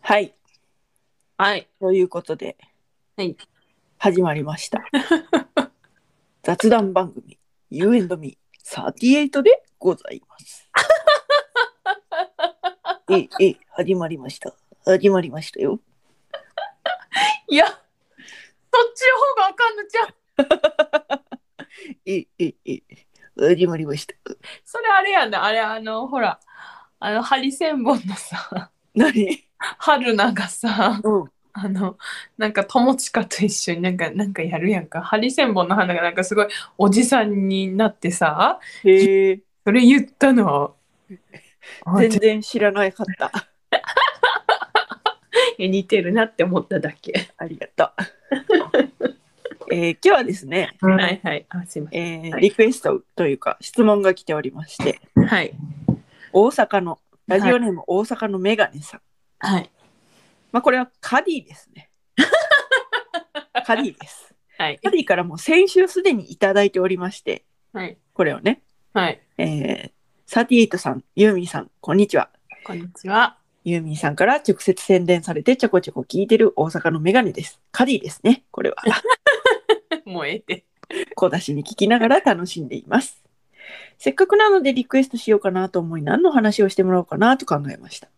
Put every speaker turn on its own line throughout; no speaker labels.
はい。
はい。
ということで、
はい。
始まりました。 雑談番組、You and Me38 でございます。えい、えい、始まりました。始まりましたよ。
いや、そっちの方があかんのちゃう。
えい、えい、えい、始まりました。
それあれやな、あれ、あの、ほら、あの、ハリセンボンのさ、
何
春菜がさ、
うん。
あの、なんか友近と一緒になんか、なんかやるやんか。ハリセンボンの花がなんかすごいおじさんになってさ、
へえ、
それ言ったの。 あ
全
ちょっ
然知らなかった。
と似てるなって思っただけ。
ありがとう。えー今日はですね、
はいはい。あ、すいませ
えー
はい
リクエストというか質問が来ておりまして、
ん。はい。
大阪の、ラジオネーム大阪のメガネさん。
はい。
まあ、これはカディですね。カディです。
はい。
カディからもう先週すでにいただいておりまして、
はい。
これをね、
はい。
えー、38さん、ユーミンさん、こんにちは。
こんにちは。
ユーミンさんから直接宣伝されてちょこちょこ聞いてる大阪のメガネです。カディですね。これは。
もうええて。
小出しに聞きながら楽しんでいます。せっかくなのでリクエストしようかなと思い何の話をしてもらおうかなと考えました。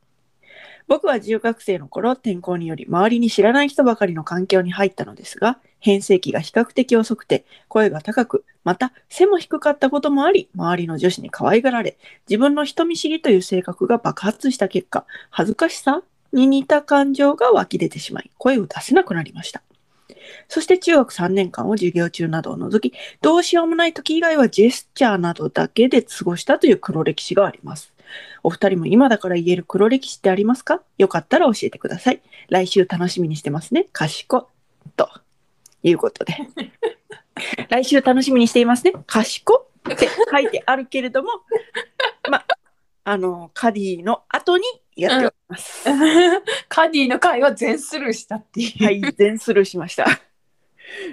僕は中学生の頃転校により周りに知らない人ばかりの環境に入ったのですが変声期が比較的遅くて声が高くまた背も低かったこともあり周りの女子に可愛がられ自分の人見知りという性格が爆発した結果恥ずかしさに似た感情が湧き出てしまい声を出せなくなりましたそして中学3年間を授業中などを除きどうしようもない時以外はジェスチャーなどだけで過ごしたという黒歴史があります。お二人も今だから言える黒歴史ってありますかよかったら教えてください。来週楽しみにしてますね。かしこ。ということで。 来週楽しみにしていますね。かしこって書いてあるけれども、ま、あの、カディの後にやっております。
カディの会は全スルーしたっていう。
はい、全スルーしました。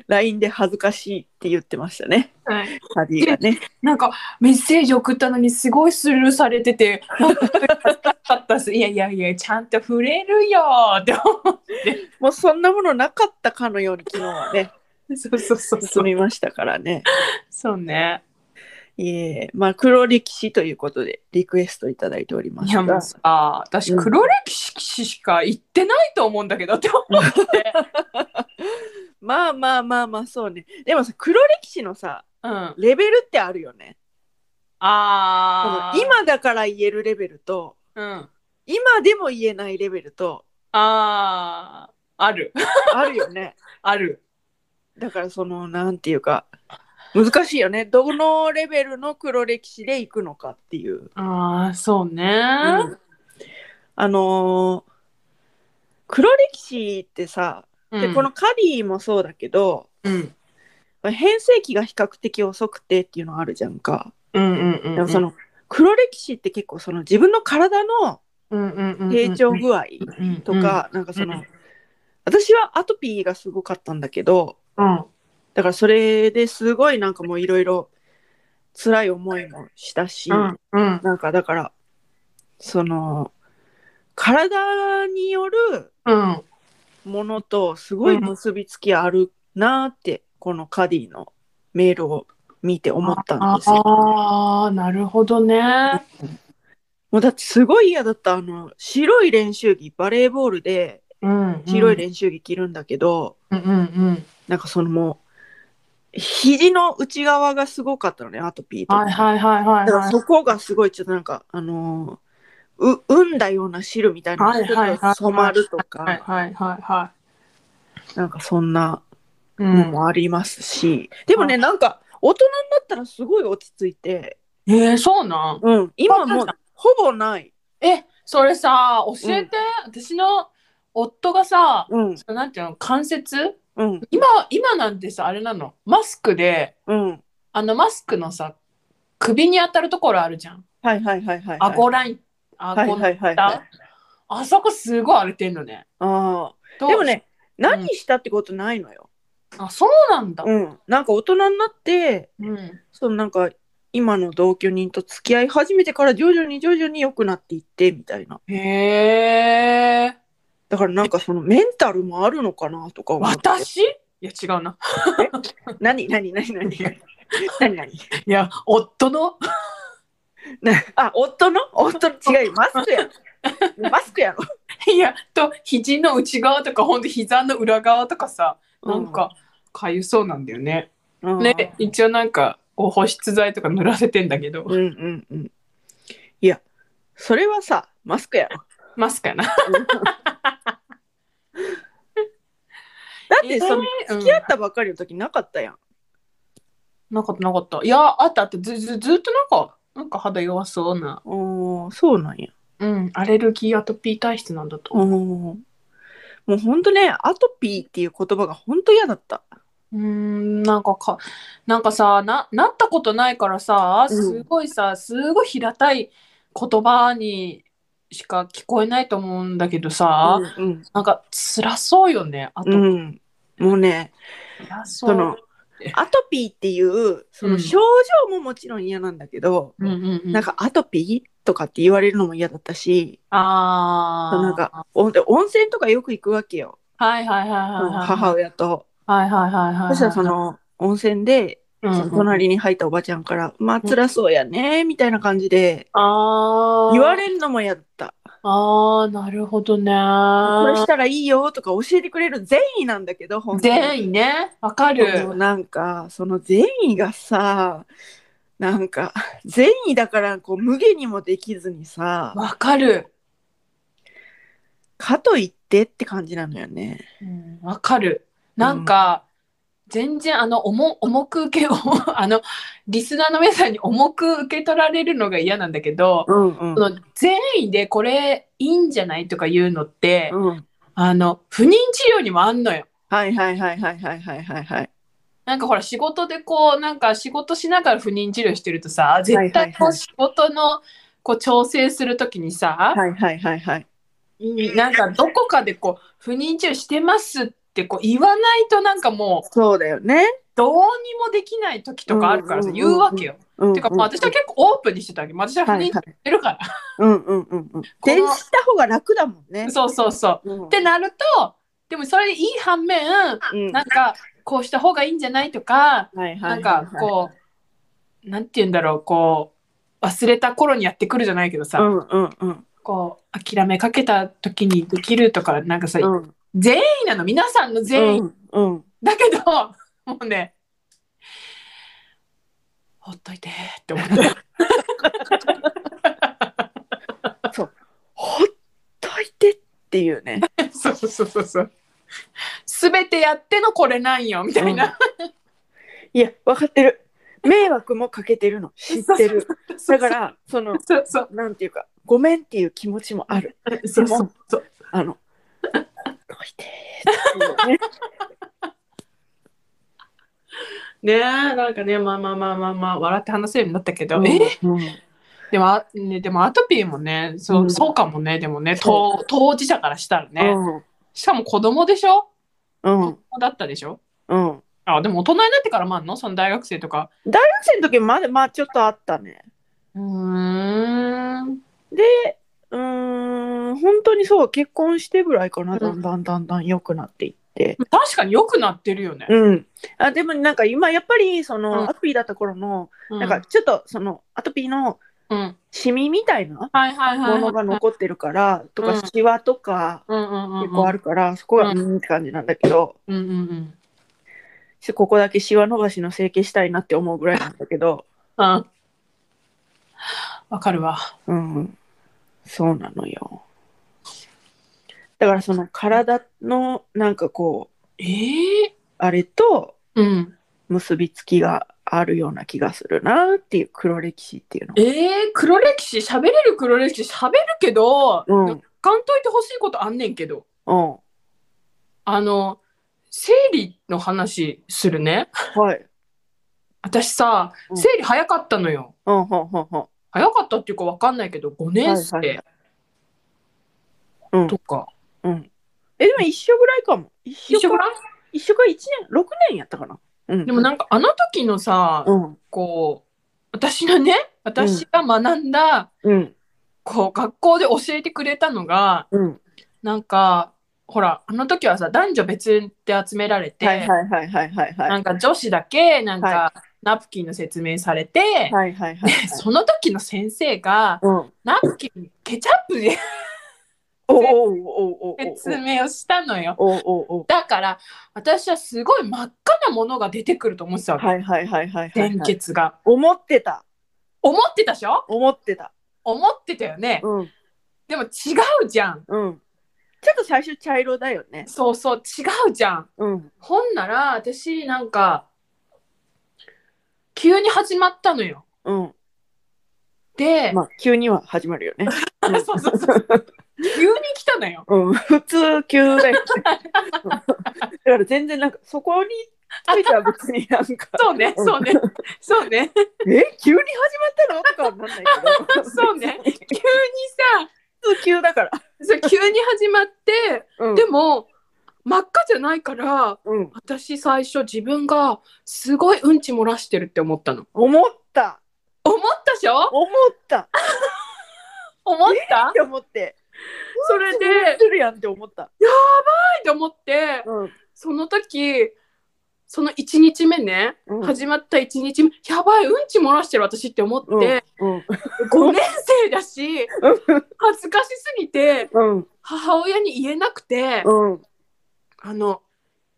LINE で恥ずかしいって言ってましたね。
はい。
カディがね。
なんかメッセージ送ったのにすごいスルーされてて、 なんか恥ずかしかったっす。いやいやいや、ちゃんと触れるよーって思
もうそんなものなかったかのように昨日はね
う。そうそうそうそ
進
う。
みましたからね。
そうね。
いえ、まあ黒歴史ということでリクエストいただいておりま
い
す
やも
が
う、さ、私
うん
黒歴史しか言ってないと思うんだけどって思って。
まあまあまあまあそうね。でもさ黒歴史のさ
うん。あ
レベルってあるよね。その
あー。
今だから言えるレベルと
うん。
今でも言えないレベルと
ああ。ある。
あるよね。
ある。
だからそのなんていうか難しいよね。どのレベルの黒歴史でいくのかっていう。
ああ、そうね。
あのー黒歴史ってさ、でこのカリーもそうだけど
うん。
変成期が比較的遅くてっていうのあるじゃんか、
うんうんうんうん。
でもその黒歴史って結構その自分の体の
うんうんうんうん、
成長具合とか、なんかその、私はアトピーがすごかったんだけど
うん。うん。
だからそれですごいなんかもういろいろ辛い思いもしたし、
うんうん。
なんかだからその体による
うん。
ものとすごい結びつきあるなーって、このカディのメールを見て思ったんですよ。
ああ、なるほどね。
もうだってすごい嫌だったあの白い練習着バレーボールで
うん、
白い練習着着るんだけど、
うんうん
なんかそのもう肘の内側がすごかったのねアトピー
う
と
ん。
か。
はいはいはいはい
だから
はい。
そこがすごいちょっとなんかあのーう産んだような汁みたいなの
はいはいは
が
い
染まると
はい
か
はいはいは。
なんかそんない
う
の
ん。
もありますし、でもねなんか大人になったらすごい落ち着いて、
えー、そうなん。
うん、今も
わ
う
か
ほぼない、
え、それさ、教えて、私の夫がさ、
うん
そのなんていうの、関節
うん
今、今なんてさ、あれなの、マスクで、
うん、
あのマスクのさ、首に当たるところあるじゃん。
はいはいはいはいはい
顎ライン、
はい
顎
は
の
いはいはい
下。あそこすごい荒れてんのね。
あ
ど
ー
う
でも、ね
ん
何したってことないのよ、
あ、そうなんだ。
うん、なんか大人になって
うん
そのなんか今の同居人と付き合い始めてから徐々に徐々に良くなっていってみたいな
へえ。
だだからなんかそのメンタルもあるのかなとか思って。
私いや違うな。
何何何何何何
いや夫の
なあ、夫の夫の違い、マスクやろ。マスクやろ。
いやと肘の内側とかほんと膝の裏側とかさなんかかゆそうなんだよね。
うん、
ね一応なんかこう保湿剤とか塗らせてんだけど、
うんうんうん。いや、それはさ、マスクやろ。
マスクやな。
だってその
うん
付き合ったばっかりの時なかったやん。
なかったなかった。いやあったあったずずずっとなんかなんか肌弱そうな。
おーそうなんや。
うんアレルギーアトピー体質なんだと。
おーもうほんとね、アトピーっていう言葉がほんと嫌だった。
うーんなんかかなんかさななったことないからさ
うん
すごいさ、すごい平たい言葉にしか聞こえないと思うんだけどさ、
うん
なんか辛そうよねあと、
うん、うん。もうね、
辛そう
そのアトピーっていうその症状ももちろん嫌なんだけど、
うんうんうん、
なんかアトピーとかって言われるのも嫌だったし、
あー
なんかおで温泉とかよく行くわけよ、
はいはいはいはいはい
母親と。
はいはいはいはい
そしたらその温泉で、
うん
その隣に入ったおばちゃんから「まあ辛そうやね」みたいな感じで
あー
言われるのも嫌だった。
あーなるほどね
これしたらいいよとか教えてくれる善意なんだけど本当に
善意ねわか
もう
る
なんかその善意がさなんか善意だからこう無限にもできずにさ
わかる
かといってって感じなのよね。
うんわかる。なんか、全然あの重重く受けをあのリスナーの皆さんに重く受け取られるのが嫌なんだけど、
うんうん
その善意でこれいいんじゃないとか言うのって、
うん
あの不妊治療にもあんのよ。
はいはいはいはいはいはいはいはい。
なんかほら仕事でこうなんか仕事しながら不妊治療してるとさ絶対こ
はいはいはい
う仕事のこう調整するときにさ、
はいはいはいはい。
なんかどこかでこう不妊治療してますってこう言わないとなんかもう
そうだよね。
どうにもできない時とかあるからさ、
うんうんうん
言
うん
うわけよ。
うんうん
てか、まあ、私は結構オープンにしてたわけ。私は不
は
妊
い
し
はい。
てるから。。
うんうんうんうん。転した方が楽だもんね
そうそうそう。
うん
ってなると、でもそれいい反面、
うん
なんかこうした方がいいんじゃないとか、
はいは
ない
はい
ん
はい
かこう、なんて言うんだろう、こう、忘れた頃にやってくるじゃないけどさ、
うんうんうん
こう、諦めかけた時にできるとか、なんかさ、
うん
全員なの、皆さんの全員。
うん
だけど、もうね、ほっといてって思った。
ほっといてっていうね。
そうそうそうそう。すべてやってのこれなんよみたいな。
いや分かってる。迷惑もかけてるの知ってる。だか。らその
そうそう
なんていうかごめんっていう気持ちもある。
そうそうそう。
あの ほっといてっていうね。
ねえなんかねまあまあまあまあまあ笑って話せるようになったけど、え
うん
でもあねでもアトピーもねそう,、
うん
そうかもねでもね
そ
当当事者からしたらね、しかも子供でしょ
うんう
子
ん
供だったでしょ
うん。学
あでも大人になってからまあんのその大学生とか
生の時まだまあちょっとあったね。
うーん
でうーん本当にそう結婚してぐらいか
う
なんだんだんだんだん良くなっていって。
確かに良くなってるよね、
うん、あでもなんか今やっぱりその、
うん
アトピーだった頃の、
うん、
なんかちょっとそのアトピーの
うん
シミみたいな
はいはいはい
も
はい
のが残ってるから、と
うん
かシワとか
うんうんうんうん
結構あるから、そこが
う
うんって感じなんだけど、
うんうんうん
ちょっとここだけシワ伸ばしの整形したいなって思うぐらいなんだけど、
うん。わかるわ。
うん、そうなのよ。だからその体のなんかこう
ええ
あれと
うん。
結びつきがあるような気がするなっていう黒歴史っていうの。
ええ黒歴史、喋れる黒歴史、喋るけど、
うん
なんかんといてほしいことあんねんけど。
うん
あの、生理の話するね。
はい。
私さ、
うん
生理早かったのよ。
うんうんうんうん
早かったっていうかわかんないけど、5年生、
はいはいうん
とか。
うん。え、でも一緒ぐらいかも。一
一緒ぐ
い
らい
一緒か1年、6年やったかな。うん。
でもなんかあの時のさ、
うん。
こう、私のね、私が学んだ、
うん。
こう、学校で教えてくれたのが、
うん。
なんかほらあの時はさ男女別で集められて、
はいはいはいはいはいはい。
なんか女子だけなんか、
は
ナプキンの説明されて、
はいはいはい。
で その時の先生が
うん。おう
ナプキンケチャップで
おうおうおうおう
説明をしたのよ。
おうおうおう。
だから私はすごい真っ赤なものが出てくると思ってたわけ、
はいはいはいはいはいは
鮮
い。
血が。
思ってた。
思ってたでしょ
思ってた。
思ってたよね。
うん
でも違うじゃん。
うん。ちょっと最初茶色だよね。
そうそう違うじゃん。
うん。
ほんなら私なんか急に始まったのよ。
うん。
で、
まあ急には始まるよね。
そうそうそう急に来たのよ。
うん。 普通急だよね。うんだから全然なんかそこについては別になんか
そうねそうねそうね
え急に始まったのとかはなんないけど。
そうね。急にさ
普通急だから。
そう急に始まって
うん。
でも真っ赤じゃないから
うん。
私最初自分がすごいうんち漏らしてるって思ったの。
思った。
思ったでしょ
思った。
思った
って思って。
それで
やってるやんって思った。
って思って
うん。
その時その1日目ね
うん
始まった1日目やばいうんち漏らしてる私って思って、
うん。
5年生だし恥ずかしすぎて
うん。
母親に言えなくて、
うん。
あの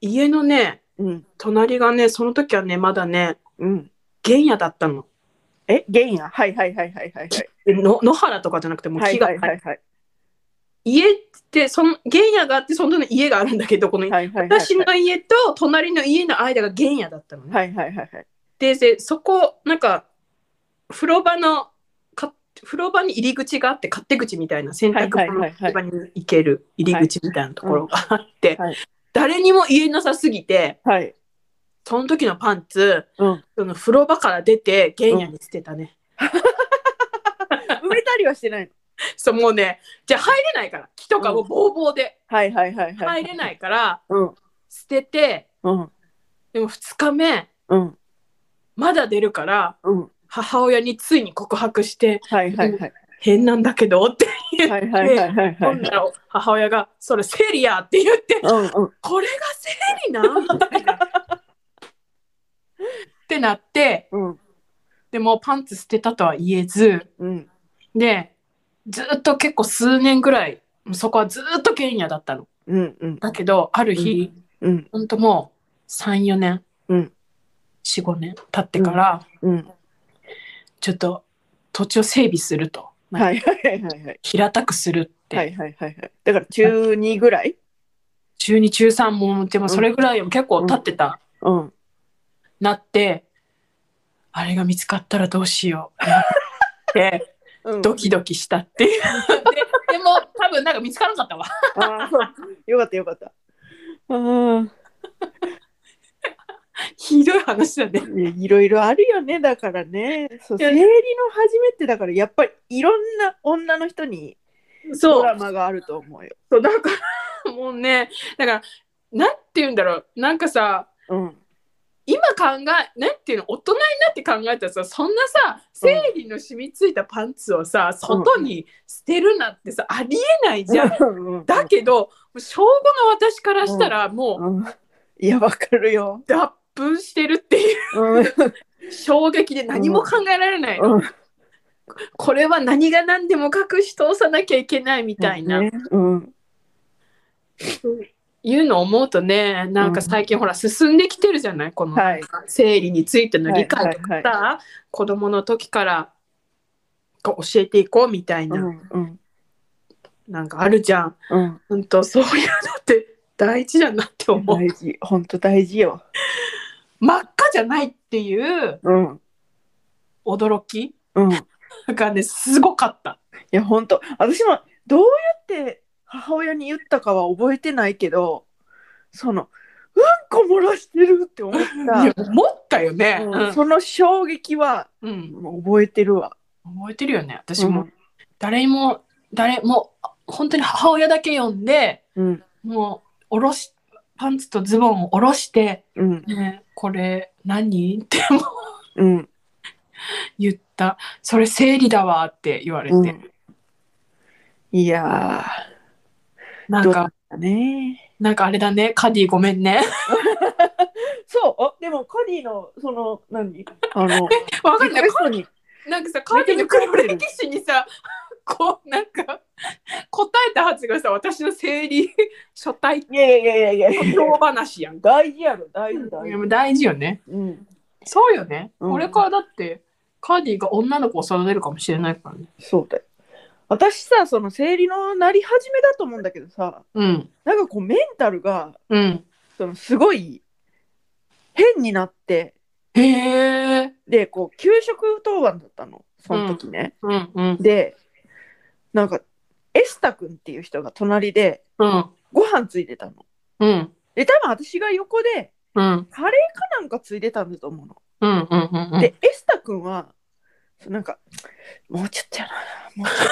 家のね
うん。
隣がねその時はねまだね
うん。
原野だったの
え、原野。はいはいはいはいはいはい。
の野原とかじゃなくてもう
は
木
い
が、
はいはいはい。
家ってその原野があってその家があるんだけどこの、
はいはいはいはい。
私の家と隣の家の間が原野だったのね。
はいはいはいはい。
ででそこなんか風呂場のか風呂場に入り口があって勝手口みたいな洗濯
はいはい
場
は
の
いはい
風呂場に行ける入り口みたいなところがあって、
はい
誰にも言えなさすぎて
はい。
その時のパンツ、
うん
その風呂場から出て原野に捨てたね、
埋めたりはしてないの。
そうもうねじゃあ入れないから木とかもボーボーで
はいはいはいはい。。
入れないいから
うん。
捨てて
うん。
でも2日目
うん。
まだ出るから
うん。
母親についに告白して
はいはいはい。
「変なんだけど」って
はいはいはいはいは
ほ
い
んな。ら母親が「それセリや」って言って
うんうん。
「これがセリな」み たいな。ってなって
うん。
でもパンツ捨てたとは言えず
うん。
でずっと結構数年ぐらいそこはずっと原野だったの。
うんうん。
だけどある日、
うん。
ほんともう34年、
うん
45年経ってから、
うん。
ちょっと土地を整備すると
はいはいはいはいはい。
平たくするって、
はいはいはいはい。だから中二ぐらい。
中2中3もでもそれぐらいも結構経ってた。
うん。
なってあれが見つかったらどうしようって
うん。
ドキドキしたって いうででも多分なんか見つからなかったわ
ああ、よかったよかった。うん。
ひどい話だね
いいろいろあるよね、だからね。そう
いや
生理の始めってだから、やっぱりいろんな女の人に
そ
ド
う
ラマがあると思うよ。
そうだから もうねだからなんて言うんだろうなんかさ
うん。
今考えなんていうの大人になって考えたらさそんなさ生理の染みついたパンツをさ外に捨てるなってさありえないじゃん。
うん
だけどもう小5の私からしたらも
うんいや、わかるよ。
う脱粉してるっていう
うん。
衝撃で何も考えられない、
うん
これは何が何でも隠し通さなきゃいけないみたいな、
ねうん。
いうのを思うとねなんか最近ほら進んできてるじゃないこの
はい
生理についての理解とかさ、
はいは
子どもの時からこう教えていこうみたいな、
うん。うん。
なんかあるじゃん
うん。
本当そういうのって大事だなって思う
大事、本当大事よ。
真っ赤じゃないっていう
うん。
驚き
うん。い
がねすごかった
や、本当、私もどうやって母親に言ったかは覚えてないけど。その。うんこ漏らしてるって思っ
い
た
や。思ったよね、う
うん
ん
その衝撃は
うん、
もう覚えてるわ。
覚えてるよね私も、誰にも誰も本当に母親だけ呼んで
うん
もうおろしパンツとズボンを下ろして
うん
「ねえこれ何?」ってもう
うん
言った「それ生理だわ」って言われて、
うん。いや
なんか
だね。
なんかあれだね、カディごめん ね。
そう、あでもカディの、その、何 あの、
わかん
リ
な
ク
い
エ。ストに。
なんかさ、カーディの黒歴史にさ、こう、なんか、答えたはずがさ、私の生理初体
いやいやいやいやいやいや
今日話やんか。
大事やろ、大事大
い
事
や。もう大事よね。
うん。
そうよね。
うん
これからだって、カーディが女の子を育てるかもしれないからね。
そうだよ。私さ、その生理のなり始めだと思うんだけどさ、
うん。
なんかこうメンタルが、
うん。
そのすごい変になって、
へえ。
で、こう、給食当番だったの、その時ね。
うんうん。
で、なんか、エスタ君っていう人が隣で
うん。
ご飯ついてたの。
うん。
で、多分私が横で
うん。
カレーかなんかついてたんだと思うの。
うん。うん。うん。
で、エスタ君は、そうなんか、もうちょっとやな、もうちょ っと、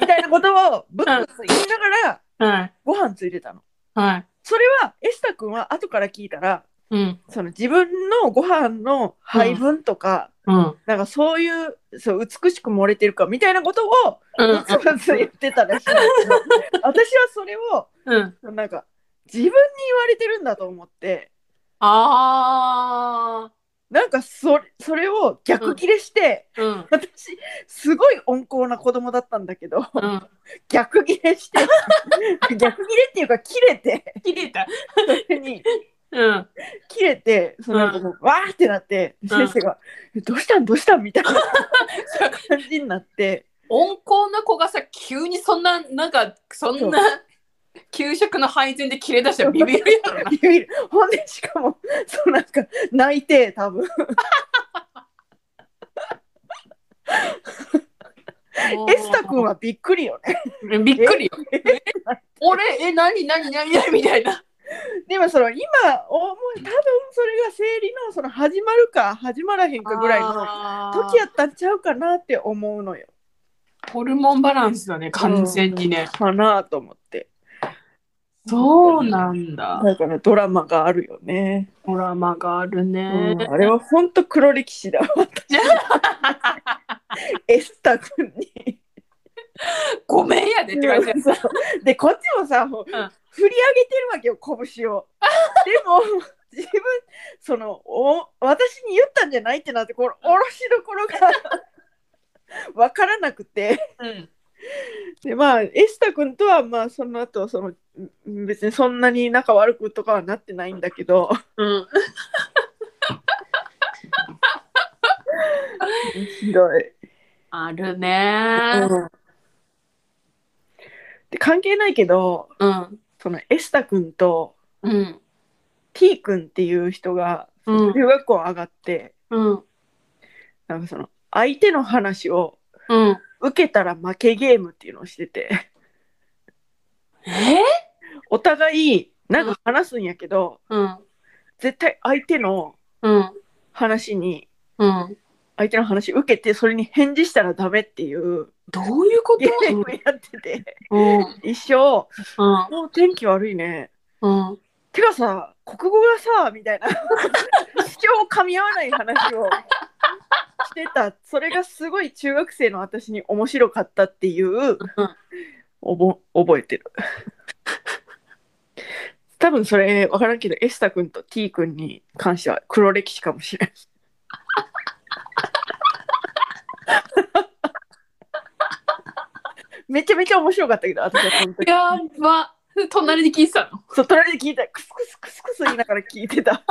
みたいなことをぶつぶつ言いながら
はい。
ご飯ついてたの。
はい。
それは、エスタ君は後から聞いたら、
うん。
その自分のご飯の配分とか、
うん。
なんかそういう、そう、美しく盛れてるかみたいなことを、
うん。
ぶつぶつ言ってたらしいんだけど、 私はそれを、
うん。
なんか、自分に言われてるんだと思って、
あ
なんかそれ、それを逆切れして、
ー。うん。
私すごい温厚な子供だったんだけど、
うん。
逆切れして 逆切れっていうか切れて
切れた。
それに
うん。
切れてそのなんかもう、わーってなって
ん
先生が「えどうしたんどうしたん?」みたいな感じにな って
温厚な子がさ急にそんななんかそんな給食の配膳で切れ出したらビビるやろな
ビビるほんでしかもそうなんか泣いて多分エスタ君はびっくりよね。
びっくりよ俺え何何何何みたいな
でもその今思う多分それが生理のその始まるか始まらへんかぐらいの時やったんちゃうかなって思うのよ。
ホルモンバランスだね完全にね、
かなと思って。
そうなんだ
だからドラマがあるよね。
ドラマがあるね、
うんあれは本当黒歴史 だ。エスタ君に。
ごめんやでって感じだよ
そうでこっちもさ、もう振り
ん
上げてるわけよ拳を。でも自分そのお私に言ったんじゃないってなってこの下ろしどころがわからなくて。
うん
でまあエスタ君とはまあその後そのうん別にそんなに仲悪くとかはなってないんだけど
うん、
ひどい、
ある
う
ね
んで関係ないけど
うん
そのエスタ君と
うん
T 君っていう人が
うん
中学校上がって、
うん
なんかその相手の話を
うん
受けたら負けゲームっていうのをしてて
え
お互いなんか話すんやけど、
うん
絶対相手の
うん
話に
うん
相手の話受けてそれに返事したらダメっていう
どういうこと
ゲームやってて。
うん
一生
うん
もう天気悪いね
うん
てかさ国語がさみたいな主張を噛み合わない話をしてたそれがすごい中学生の私に面白かったっていうおぼ覚えてる多分それ分からんけどエスタ君と T 君に関しては黒歴史かもしれんめちゃめちゃ面白かったけど私はその時
やば。隣で聞いてたの。
そう、隣で聞いた。クスクスクスクス言いながら聞いてた。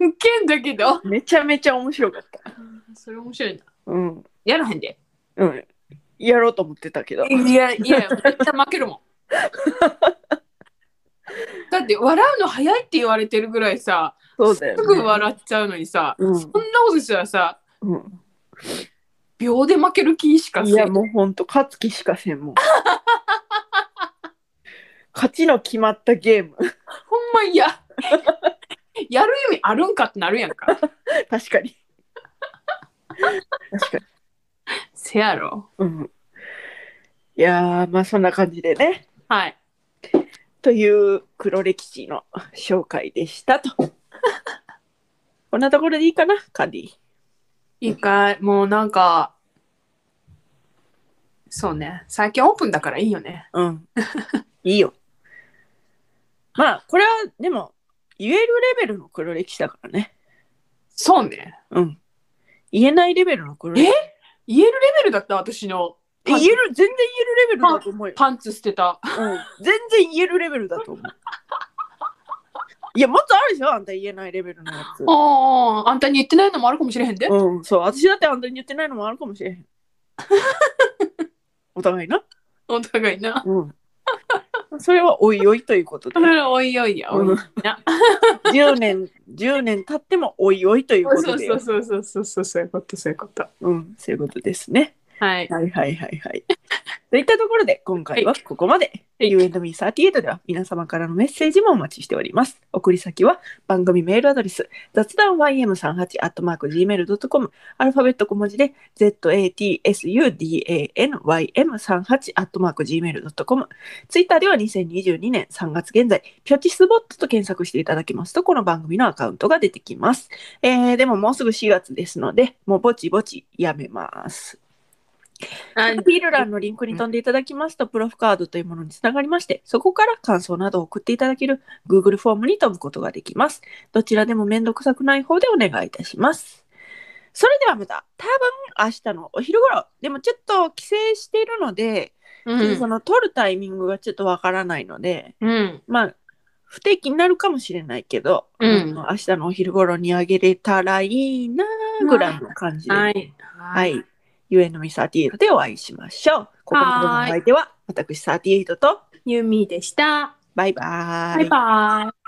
ウケんだけど。
めちゃめちゃ面白かった。
それ面白いな。
うん。
やらへんで。
うん。やろうと思ってたけど。
いや、いや、めっちゃ負けるもん。だって笑うの早いって言われてるぐらいさ、
そうだよ、ね。
すぐ笑っちゃうのにさ、
うん
そんなことしたらさ、
うん
秒で負ける気しか
い
せ
や、
ん。
もうほんと、勝つ気しかせん もん。勝ちの決まったゲーム。
ほんまいや。 やる意味あるんかってなるやんか。
確かに。確かに。
せやろ。
うん。いやー、まあそんな感じでね。
はい。
という黒歴史の紹介でした と。こんなところでいいかな、カディ。
いいかい。もうなんか、そうね。最近オープンだからいいよね。
うん。いいよ。まあ、これは、でも、言えるレベルの黒歴史だからね。
そうね。
うん。言えないレベルの黒歴史。
え言えるレベルだった私の
え言える、全然言えるレベルだと思うよ。
パンツ捨てた。
うん、全然言えるレベルだと思う。いや、もっとあるでしょあんた言えないレベルのやつ。
ああ、あんたに言ってないのもあるかもしれへんで。
うん、そう、私だってあんたに言ってないのもあるかもしれ へん。お互いな。
お互いな。
うん。それはおいおいということ で
そ。れはおいおいや。おいおいな。
10年、10年経ってもおいおいというこ
そ
と
う
で。
そうそうそうそうそう、そういうこと、そういうこと。
うん、そういうことですね。
はい。
はいはいはいはい。 といったところで、今回はここまで。
はい
U&Me38 では皆様からのメッセージもお待ちしております。送り先は番組メールアドレス、雑談 ym38-gmail.com、アルファベット小文字で zatsudanym38-gmail.com、ツイッターでは2022年3月現在、ピョチスボットと検索していただきますと、この番組のアカウントが出てきます。えー、でももうすぐ4月ですので、もうぼちぼちやめます。
あ
アピール欄のリンクに飛んでいただきますと、プロフカードというものにつながりまして、そこから感想などを送っていただける Google フォームに飛ぶことができます。どちらでも面倒くさくない方でお願いいたします。それではまた、多分明日のお昼頃でもちょっと帰省しているので、
うん
その撮るタイミングがちょっとわからないので、
うん。
まあ、不定期になるかもしれないけど、
うん
あの明日のお昼頃にあげれたらいいなぐらいの感じで。
はい。
は。。
はい
ゆえのみ38でお会いしましょう。ここまでのお相手は、私38と、
ユミでした。
バイバー
バイバイ。